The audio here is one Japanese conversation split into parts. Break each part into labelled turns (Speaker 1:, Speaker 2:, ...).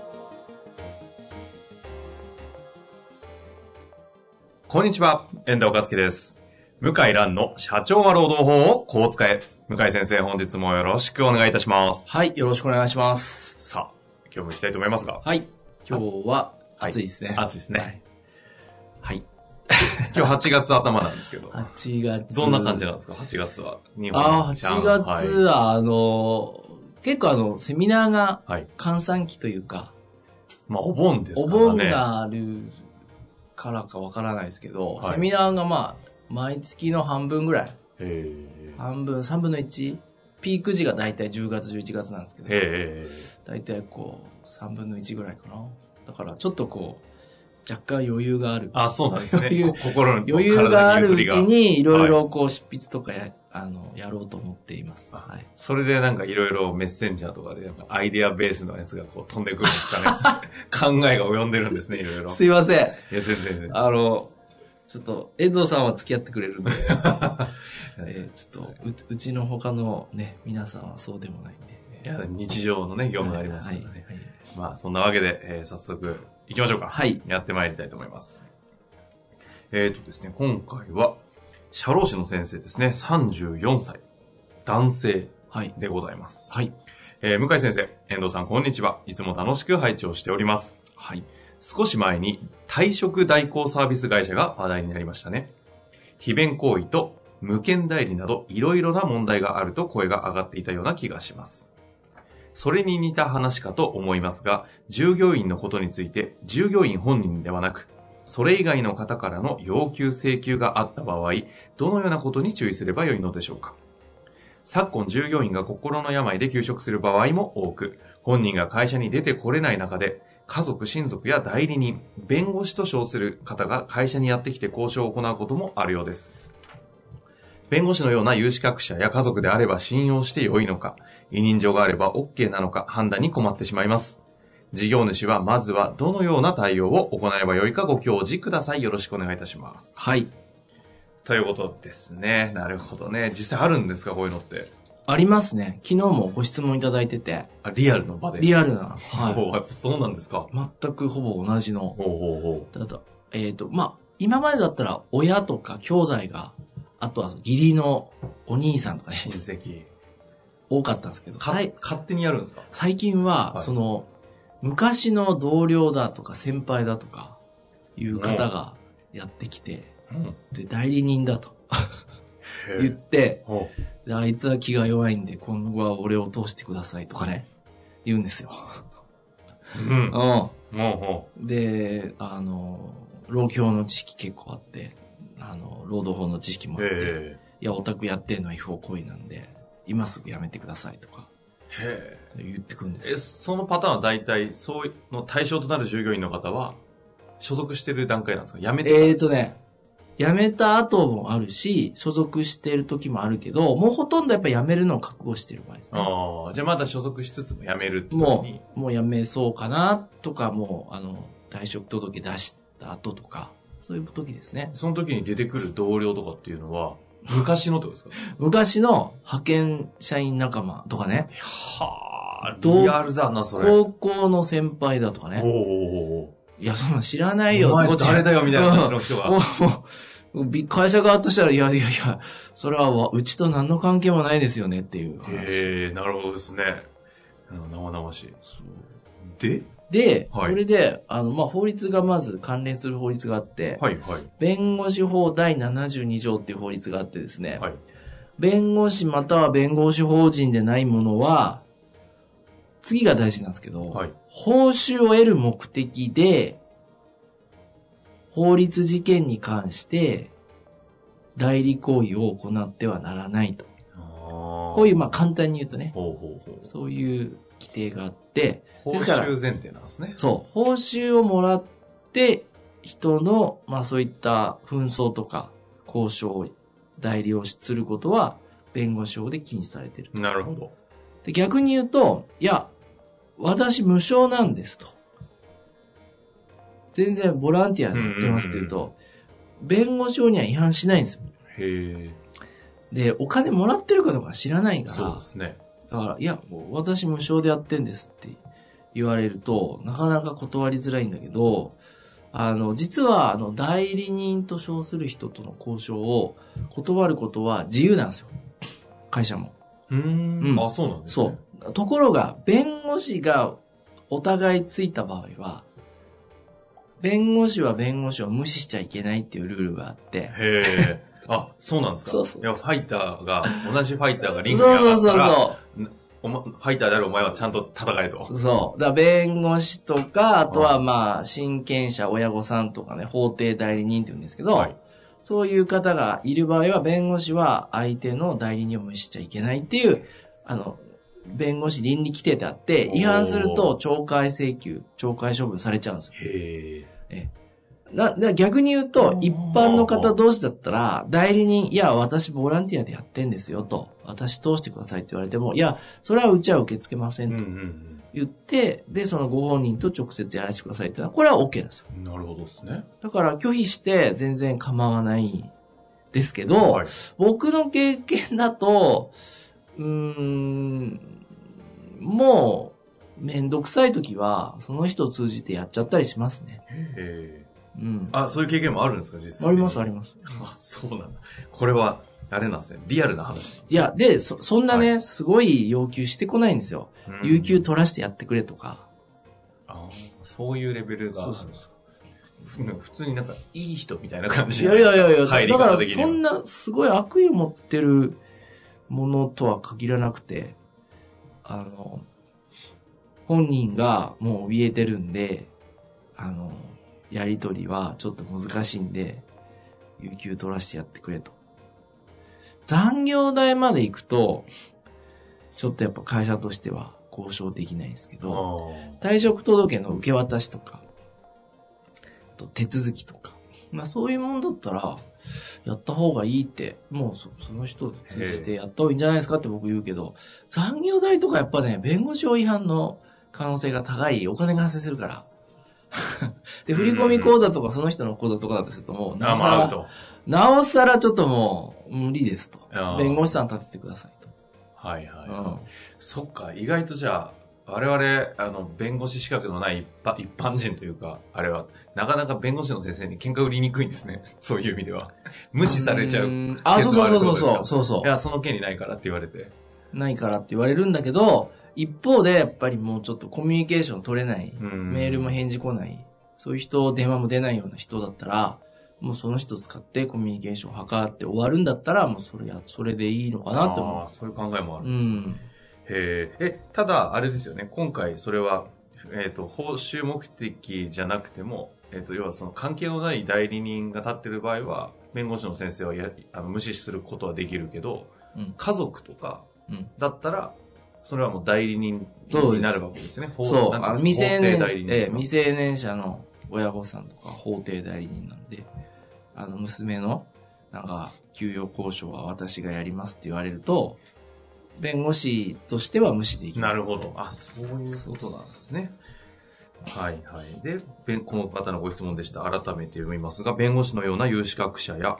Speaker 1: こんにちは、遠藤和樹です。向井蘭の社長は労働法をこう使え。向井先生、本日もよろしくお願いいたします。
Speaker 2: はい、よろしくお願いします。
Speaker 1: さあ、今日も行きたいと思いますが、
Speaker 2: はい、今日は暑いですね。
Speaker 1: 暑いですね。
Speaker 2: はい。
Speaker 1: 今日8月頭なんです けど、
Speaker 2: 8月。
Speaker 1: どんな感じ
Speaker 2: だ
Speaker 1: なんですか ?8 月は。日
Speaker 2: ああ、8月
Speaker 1: は。
Speaker 2: は、あの、結構あの、セミナーが
Speaker 1: はい。
Speaker 2: 閑散期というか、
Speaker 1: まあ、お盆です
Speaker 2: お
Speaker 1: からね。
Speaker 2: 盆があるからかわからないですけど、
Speaker 1: はい
Speaker 2: セミナーがまあ、毎月の半分ぐらい、
Speaker 1: へえ。
Speaker 2: 半分、3分の1、ピーク時が大体10月、11月なんですけど、
Speaker 1: へえ。
Speaker 2: 大体こう、3分の1ぐらいかな。だから、ちょっとこう、若干余裕がある。
Speaker 1: あ、そうなんですね。
Speaker 2: そういう
Speaker 1: こ心の
Speaker 2: 余裕があるうち。
Speaker 1: 体にゆとりが
Speaker 2: に、いろいろこう、執筆とかや、あの、やろうと思っています。
Speaker 1: あ
Speaker 2: はい。
Speaker 1: それでなんかいろいろメッセンジャーとかで、なんかアイデアベースのやつがこう飛んでくるんですか ね。考えが及んでるんですね、いろいろ。
Speaker 2: すいません。
Speaker 1: いや、全然全然。
Speaker 2: あの、ちょっと、遠藤さんは付き合ってくれ るんで、えーちょっとう、うちの他のね、皆さんはそうでもないん
Speaker 1: い
Speaker 2: で。
Speaker 1: や、日常のね、業務があります
Speaker 2: は
Speaker 1: から
Speaker 2: い
Speaker 1: ね。
Speaker 2: はいはい
Speaker 1: まあ、そんなわけで、えー早速、行きましょうか。
Speaker 2: はい
Speaker 1: やってまいりたいと思います。えーとですね、今回は、社労士の先生ですね、34歳、男性
Speaker 2: はい。
Speaker 1: でございます。
Speaker 2: はい。
Speaker 1: えー向井先生、遠藤さん、こんにちは。いつも楽しく拝聴しております。
Speaker 2: はい。
Speaker 1: 少し前に、退職代行サービス会社が話題になりましたね。非弁行為と無権代理などいろいろな問題があると声が上がっていたような気がします。それに似た話かと思いますが、従業員のことについて従業員本人ではなく、それ以外の方からの要求請求があった場合、どのようなことに注意すればよいのでしょうか昨今従業員が心の病で休職する場合も多く、本人が会社に出てこれない中で、家族、親族や代理人、弁護士と称する方が会社にやってきて交渉を行うこともあるようです。弁護士のような有資格者や家族であれば信用して良いのか、委任状があれば OK なのか判断に困ってしまいます。事業主はまずはどのような対応を行えばよいかご教示ください。よろしくお願いいたします。
Speaker 2: はい。
Speaker 1: ということですね。なるほどね。実際あるんですかこういうのって。
Speaker 2: ありますね。昨日もご質問いただいてて、
Speaker 1: あ、リアルの場で。
Speaker 2: リ
Speaker 1: ア
Speaker 2: アルな。は
Speaker 1: やっぱそうなんですか。
Speaker 2: い。全くほぼ同じの
Speaker 1: ほうほうほ
Speaker 2: あと、えっ、と、まあ、今までだったら親とか兄弟が、あとは義理のお兄さんとか
Speaker 1: う。
Speaker 2: ね、
Speaker 1: 親戚。
Speaker 2: 多かったんですけど、
Speaker 1: か
Speaker 2: さい
Speaker 1: 勝手にやるんですか
Speaker 2: 最近は、
Speaker 1: はい
Speaker 2: その、昔の同僚だとか先輩だとか、いう方がやってきて、
Speaker 1: うん。
Speaker 2: で、代理人だと言っ
Speaker 1: え。
Speaker 2: て、
Speaker 1: ほう
Speaker 2: であいつは気が弱いんで、今後は俺を通してくださいとかね、言うんですよ。
Speaker 1: うん。ほう
Speaker 2: うん。
Speaker 1: ほ
Speaker 2: で、あの、老教の知識結構あって、あの、労働法の知識も
Speaker 1: う。
Speaker 2: あって、
Speaker 1: へ
Speaker 2: いや、オタクやってんのは違法行為なんで、今すぐやめてくださいとか
Speaker 1: え。へえ。
Speaker 2: 言ってくるんです
Speaker 1: え、
Speaker 2: よ。
Speaker 1: そのパターンは大体、そういうの対象となる従業員の方は、所属してる段階なんですか辞めてから
Speaker 2: えーとね、辞めた後もあるし、所属してる時もあるけど、もうほとんどやっぱ辞めるのを覚悟してる場合ですね。
Speaker 1: ああ、じゃあまだ所属しつつも辞めるって時
Speaker 2: も
Speaker 1: に、
Speaker 2: う、もう辞めそうかなとか、もう、あの、退職届出した後とか、そういう時ですね。
Speaker 1: その時に出てくる同僚とかっていうのは、昔のってことですか
Speaker 2: 昔の派遣社員仲間とかね、
Speaker 1: はあ、
Speaker 2: どう
Speaker 1: リアルだな、それ。おう
Speaker 2: 高校の先輩だとかね、
Speaker 1: おうおう
Speaker 2: いや、そんなん知らな
Speaker 1: お
Speaker 2: いうよ、
Speaker 1: お前
Speaker 2: こっち
Speaker 1: 誰だよ、みたいな感じの人
Speaker 2: も
Speaker 1: が。
Speaker 2: う、もうび会社側としたら、いやいやいや、それはわうちと何の関係もないですよねっていう話。
Speaker 1: へえ、なるほどですね。うん生々しい。
Speaker 2: そう
Speaker 1: で
Speaker 2: で、
Speaker 1: はい
Speaker 2: それで、あの、まあ、法律がまず関連する法律があって、
Speaker 1: はい、はい。
Speaker 2: 弁護士法第72条っていう法律があってですね、
Speaker 1: はい。
Speaker 2: 弁護士または弁護士法人でないものは、次が大事なんですけど、
Speaker 1: はい。
Speaker 2: 報酬を得る目的で、法律事件に関して、代理行為を行ってはならないと。
Speaker 1: ああ。
Speaker 2: こういう、まあ簡単に言うとね、
Speaker 1: ほうほうほう。
Speaker 2: そういう規定があって、
Speaker 1: 報
Speaker 2: ですから
Speaker 1: 酬前提なんですね。
Speaker 2: そう、報酬をもらって、人の、まあそういった紛争とか、交渉、代理をすることは、弁護士法で禁止されている。
Speaker 1: なるほど。
Speaker 2: で、逆に言うと、いや、私無償なんですと。全然ボランティアやってますって言うと、弁護士法には違反しないんですよ。
Speaker 1: へえ。
Speaker 2: で、お金もらってるかどうか知らないか
Speaker 1: そう
Speaker 2: ら
Speaker 1: で、すね。
Speaker 2: だから、いや、もう私無償でやってんですって言われると、なかなか断りづらいんだけど、あの、実は、あの、代理人と称する人との交渉を断ることは自由なんですよ。会社も。
Speaker 1: うー。
Speaker 2: うんん
Speaker 1: あ、そうなんですね。
Speaker 2: そう。ところが、弁護士がお互いついた場合は、弁護士は弁護士を無視しちゃいけないっていうルールがあって、
Speaker 1: へえ。あ、そうなんですか。
Speaker 2: そうそう
Speaker 1: いや、ファイターが、同じファイターがリ
Speaker 2: そ
Speaker 1: ン
Speaker 2: う
Speaker 1: グに上
Speaker 2: そ
Speaker 1: が
Speaker 2: う
Speaker 1: った
Speaker 2: そう
Speaker 1: ら、
Speaker 2: そう。
Speaker 1: おま、ファイターであるお前はちゃんと戦えと。
Speaker 2: そう。だから弁護士とか、あとは
Speaker 1: うん
Speaker 2: まあ、親権者、親御さんとかね、法定代理人って言うんですけど、
Speaker 1: はい
Speaker 2: そういう方がいる場合は、弁護士は相手の代理人を無視しちゃいけないっていう、あの、弁護士倫理規定であって、違反すると懲戒請求、懲戒処分されちゃうんですよ。
Speaker 1: へえ。
Speaker 2: な、だから逆に言う
Speaker 1: お
Speaker 2: と
Speaker 1: ー、
Speaker 2: 一般の方同士だったら、代理人、いや、私ボランティアでやってんですよと、私通してくださいって言われても、いや、それはうちは受け付けませ
Speaker 1: うんんう
Speaker 2: と。
Speaker 1: ん
Speaker 2: 言って、で、そのご本人と直接やらせてくださいってのは、これは OK なんですよ。
Speaker 1: うん。なるほどですね。
Speaker 2: だから拒否して全然構わないんですけど、
Speaker 1: はい。
Speaker 2: 僕の経験だと、うーん、もう、めんどくさい時は、その人を通じてやっちゃったりしますね。
Speaker 1: へえ。
Speaker 2: うん。あ
Speaker 1: あ、そういう経験もあるんですか、実際。
Speaker 2: りますあ
Speaker 1: り
Speaker 2: ります。
Speaker 1: ます。あ、そうなんだ。これは、あれなんですね。リアルな話なんです
Speaker 2: いや、で、そ、そんなね、すごい要求してこないんですよ。
Speaker 1: ね。うん
Speaker 2: 有給取らせてやってくれとか。
Speaker 1: あーそういうレベルがあるんです
Speaker 2: そう
Speaker 1: か
Speaker 2: そうそ
Speaker 1: ふ普通になんか、いい人みたいな感じ
Speaker 2: いやいやいやいや、
Speaker 1: 入り
Speaker 2: だか
Speaker 1: 方
Speaker 2: ら
Speaker 1: 的には
Speaker 2: そんなすごい悪意を持ってるものとは限らなくて、あの、本人がもう怯えてるんで、あの、やりとりはちょっと難しいんで、有給取らせてやってくれと。残業代まで行くと、ちょっとやっぱ会社としては交渉できないんですけ
Speaker 1: あ
Speaker 2: ど、
Speaker 1: ー
Speaker 2: 退職届の受け渡しとか、あと手続きとか、まあそういうもんだったら、やった方がいいって、もうそその人を通じてやった方がいいんじゃないですかって僕言うけど、残業代とかやっぱね、弁護士法違反の可能性が高い、お金が発生す るから。で、振込口座とかその人の口座とかだとするともう、な
Speaker 1: あ、
Speaker 2: お
Speaker 1: まあ、アウ
Speaker 2: さ
Speaker 1: ト。
Speaker 2: ら、なおさらちょっともう無理ですと。
Speaker 1: あー
Speaker 2: 弁護士さん立ててくださいと。
Speaker 1: はいはい。
Speaker 2: うん。
Speaker 1: そっか、意外とじゃあ、我々、あの、弁護士資格のない一般一般人というか、あれは、なかなか弁護士の先生に喧嘩売りにくいんですね。 そういう意味では。無視されちゃう。
Speaker 2: ー
Speaker 1: い
Speaker 2: ん。あ、そうそうそうそ
Speaker 1: ケ
Speaker 2: う
Speaker 1: ースもあるってこと
Speaker 2: そ
Speaker 1: で
Speaker 2: う。
Speaker 1: す
Speaker 2: そうそう。
Speaker 1: や、その権利ないからって言われて。
Speaker 2: ないからって言われるんだけど、一方でやっぱりもうちょっとコミュニケーション取れない、
Speaker 1: うん
Speaker 2: メールも返事来ない、そういう人、電話も出ないような人だったら、もうその人使ってコミュニケーションを図って終わるんだったら、もうそれや、それでいいのかなって
Speaker 1: あ
Speaker 2: 思
Speaker 1: ーそういう考えもあ
Speaker 2: う。
Speaker 1: る
Speaker 2: うん
Speaker 1: ですね。
Speaker 2: ん。
Speaker 1: へえ。え、ただ、あれですよね。今回、それは、えっ、と、報酬目的じゃなくても、えっ、と、要はその関係のない代理人が立ってる場合は、弁護士の先生はやあの無視することはできるけど、
Speaker 2: うん
Speaker 1: 家族とか
Speaker 2: うん
Speaker 1: だったら、それはもう代理人
Speaker 2: そう
Speaker 1: に
Speaker 2: です
Speaker 1: なるわけですね。法
Speaker 2: そう、
Speaker 1: なんて
Speaker 2: あ
Speaker 1: い
Speaker 2: の
Speaker 1: うんで
Speaker 2: 未
Speaker 1: すか
Speaker 2: 成
Speaker 1: 法
Speaker 2: 年者
Speaker 1: 定代理人、
Speaker 2: え
Speaker 1: です
Speaker 2: え
Speaker 1: か
Speaker 2: 未成年者の親御さんとか法定代理人なんで、あの、娘の、なんか、給与交渉は私がやりますって言われると、弁護士としては無視できない
Speaker 1: な。るほど。あ、そういうことなんですね。はいはい。で、弁この方のご質問でした。改めて読みますが、弁護士のような有資格者や、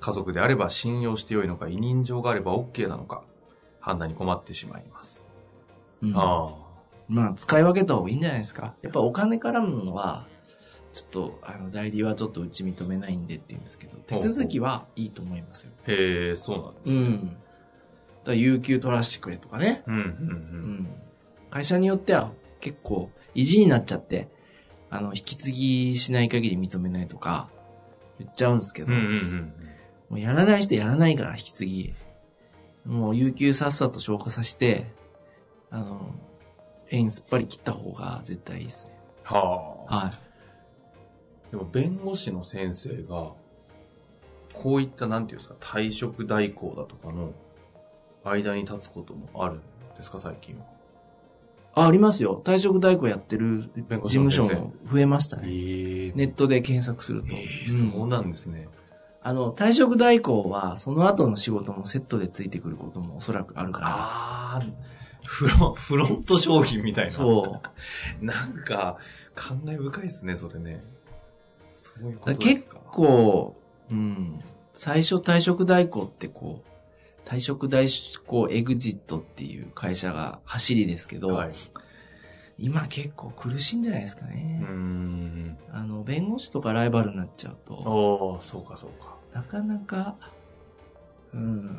Speaker 1: 家族であれば信用してよいのか、委任状があれば OK なのか、判断に困ってしまいます。
Speaker 2: うん
Speaker 1: あ
Speaker 2: まあ、使い分けた方がいいんじゃないですか。やっぱお金絡むのは、ちょっと、あの、代理はちょっとうち認めないんでって言うんですけど、手続きはいいと思いますよ。
Speaker 1: あ。へえ、そうなんです。
Speaker 2: うん。だから有給取らせてくれとかね。
Speaker 1: うん、うん、う
Speaker 2: う
Speaker 1: ん。
Speaker 2: ん。会社によっては結構意地になっちゃって、あの、引き継ぎしない限り認めないとか、言っちゃうんですけど、
Speaker 1: うん、うん、うん。
Speaker 2: もうやらない人やらないから、引き継ぎ。もう、有給さっさと消化させて、あの、縁すっぱり切った方が絶対いいですね。
Speaker 1: はあ。
Speaker 2: はい。
Speaker 1: でも、弁護士の先生が、こういった、なんていうんですか、退職代行だとかの間に立つこともあるんですか、最近は。
Speaker 2: あ、ありますよ。退職代行やってる
Speaker 1: 弁護
Speaker 2: 事
Speaker 1: 士
Speaker 2: 務
Speaker 1: の先生
Speaker 2: 所も増えましたね。
Speaker 1: ええ
Speaker 2: ネットで検索すると。
Speaker 1: ええ
Speaker 2: うん
Speaker 1: そうなんですね。
Speaker 2: あの、退職代行は、その後の仕事もセットでついてくることもおそらくあるか
Speaker 1: あー、フロン フロント商品みたい
Speaker 2: ら。
Speaker 1: な。
Speaker 2: そう。
Speaker 1: なんか、感慨深いですね、それね。そういうこ
Speaker 2: だから
Speaker 1: とです
Speaker 2: 結
Speaker 1: か。
Speaker 2: 構、うん、最初退職代行ってこう、退職代行エグジットっていう会社が走りですけど、
Speaker 1: はい。
Speaker 2: 今結構苦しいんじゃないですか
Speaker 1: う
Speaker 2: ね
Speaker 1: ー。ん。
Speaker 2: あの、弁護士とかライバルになっちゃうと、
Speaker 1: おー、そうかそうか。
Speaker 2: なかなか、うん、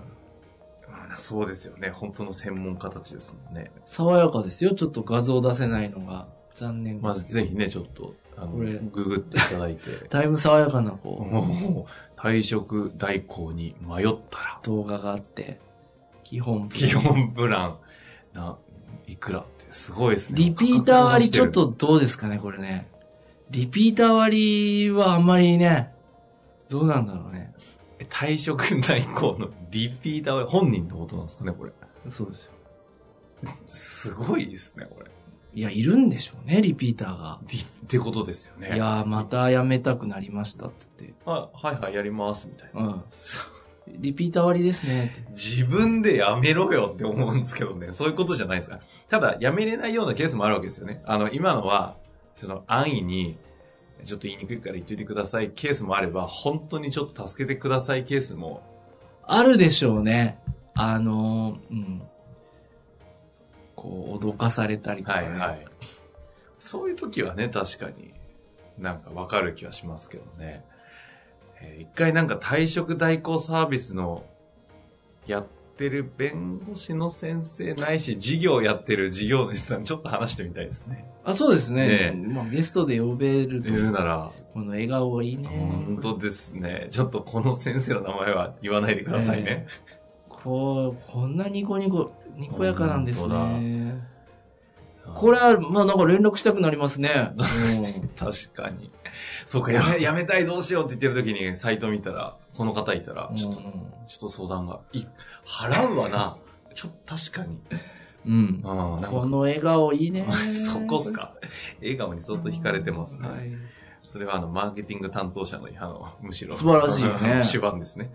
Speaker 1: まあ、そうですよね。本当の専門家たちですもんね。
Speaker 2: 爽やかですよ。ちょっと画像出せないのが残念
Speaker 1: ま
Speaker 2: で
Speaker 1: ず、
Speaker 2: すけど。
Speaker 1: ぜひね、ちょっと、あの、
Speaker 2: これ
Speaker 1: ググっていただいて。
Speaker 2: だいぶ爽やかなこ
Speaker 1: もう、退職代行に迷ったら
Speaker 2: う、、動画があって、基本。
Speaker 1: 基本プラン、な、いくらって、すごいですね。
Speaker 2: リピーター割ちょっとどうですかね、これね。リピーター割はあんまりね、どうなんだろうね。
Speaker 1: 退職代行のリピーターは本人ってことなんですかね、これ。
Speaker 2: そうですよ。
Speaker 1: すごいですね、これ。
Speaker 2: いや、いるんでしょうね、リピーターが。
Speaker 1: リってことですよね。
Speaker 2: いやー、また辞めたくなりました、つって。
Speaker 1: あ、はいはい、やります、みたいな。
Speaker 2: うん。 リピーター割ですね、って。
Speaker 1: 自分でやめろよって思うんですけどね。そういうことじゃないですか。ただ、やめれないようなケースもあるわけですよね。あの、今のは、その、安易に、ちょっと言いにくいから言っといてくださいケースもあれば、本当にちょっと助けてくださいケースも、
Speaker 2: あるでしょうね。あのー、うん。こう、脅かされたりとか
Speaker 1: は
Speaker 2: ね。
Speaker 1: いはい。 そういう時はね、確かになんかわかる気はしますけどね。えー一回なんか退職代行サービスのやってる弁護士の先生ないし、事業やってる事業主さんちょっと話してみたいですね。
Speaker 2: あ、そうですね。
Speaker 1: ね
Speaker 2: まあ、ゲストで呼べると
Speaker 1: 言、うなら、
Speaker 2: この笑顔がいいね。
Speaker 1: 本当ですね。ちょっとこの先生の名前は言わないでくださいね。
Speaker 2: こう、こんなニコニコ、にこやかなんですね。こ
Speaker 1: れ
Speaker 2: れは、まあなんか連絡したくなりますね。
Speaker 1: 確かに。そうか、やめ、やめたいどうしようって言ってる時にサイト見たら、この方いたら
Speaker 2: う、ん
Speaker 1: ちょっとちょっと相談が。い、払うわな。 ちょっと確かに。
Speaker 2: うん。
Speaker 1: うん、なん
Speaker 2: こ
Speaker 1: か。
Speaker 2: の笑顔いいね
Speaker 1: そこっす。か。笑顔に相当惹かれてますね。
Speaker 2: はい。
Speaker 1: それはあの、マーケティング担当者の、あの、むしろ。
Speaker 2: 素晴らしいよね
Speaker 1: 手腕ですね。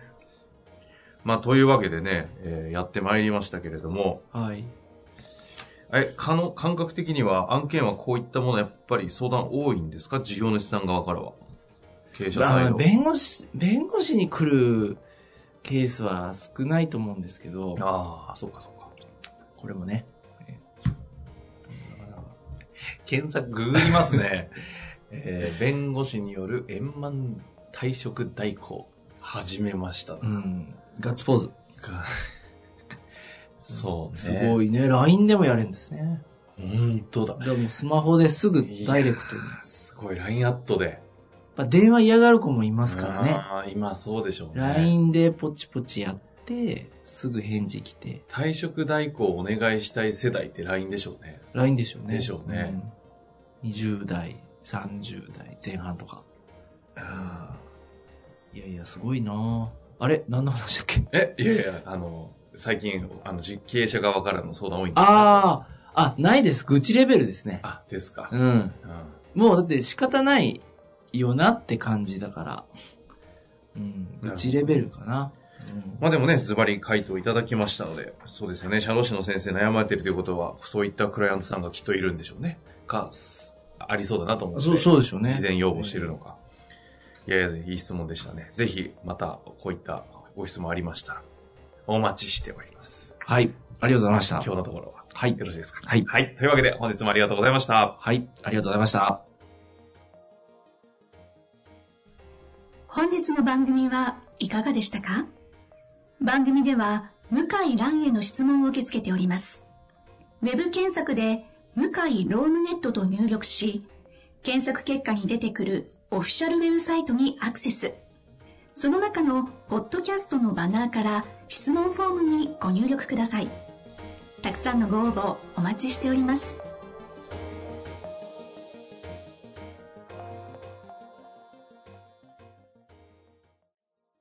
Speaker 1: まあ、というわけでね、えーやってまいりましたけれども、
Speaker 2: はい。
Speaker 1: え、かの、感覚的には案件はこういったもの、やっぱり相談多いんですか事業主さん側からは。経営者サイ
Speaker 2: あ
Speaker 1: ド
Speaker 2: の。弁護士、弁護士に来るケースは少ないと思うんですけど、
Speaker 1: ああ、そうかそうか。
Speaker 2: これもね。
Speaker 1: 検索ググりますね、 えー弁護士による円満退職代行始めま した、
Speaker 2: うん。ガッツポーズ。
Speaker 1: かそうね
Speaker 2: すごいね。LINE でもやれるんですね。
Speaker 1: 本当だ
Speaker 2: だからもうスマホですぐダイレクトに。やっ
Speaker 1: すごい LINE アットで
Speaker 2: ぱ電話嫌がる子もいますからね。
Speaker 1: あー今そうでしょうね
Speaker 2: LINE でポチポチやって、すぐ返事来て、
Speaker 1: 退職代行お願いしたい世代って LINE でしょうね
Speaker 2: LINE でしょうね。
Speaker 1: でしょうね
Speaker 2: うん。20代、30代前半とか。
Speaker 1: あ
Speaker 2: いやいや、すごいなぁあれ何の話だっけ
Speaker 1: えいやいやあの最近あの実経営者側からの相談多いんです
Speaker 2: ああ、あ、ないです。愚痴レベルですね。
Speaker 1: あですか、
Speaker 2: うん。
Speaker 1: うん
Speaker 2: もうだって仕方ないよなって感じだから。うん。
Speaker 1: なるほど
Speaker 2: 愚痴レベルかな。うん
Speaker 1: まあでもね、ズバリ回答いただきましたので、そうですよね。社労士の先生悩まれてるということは、そういったクライアントさんがきっといるんでしょうね。か、すありそうだなと思って。
Speaker 2: そう、そうでしょうね。
Speaker 1: 事前要望しているのか。いやいや、いい質問でしたね。ぜひ、また、こういったご質問ありましたら、お待ちしております。
Speaker 2: はい。ありがとうございました。
Speaker 1: 今日のところは、
Speaker 2: はい
Speaker 1: よ。ろしいですか。
Speaker 2: はい
Speaker 1: はい。というわけで、本日もありがとうございました。
Speaker 2: はい。ありがとうございました。
Speaker 3: 本日の番組はいかがでしたか番組では向井蘭への質問を受け付けております。ウェブ検索で向井ロームネットと入力し、検索結果に出てくるオフィシャルウェブサイトにアクセス。その中のポッドキャストのバナーから質問フォームにご入力ください。たくさんのご応募お待ちしております。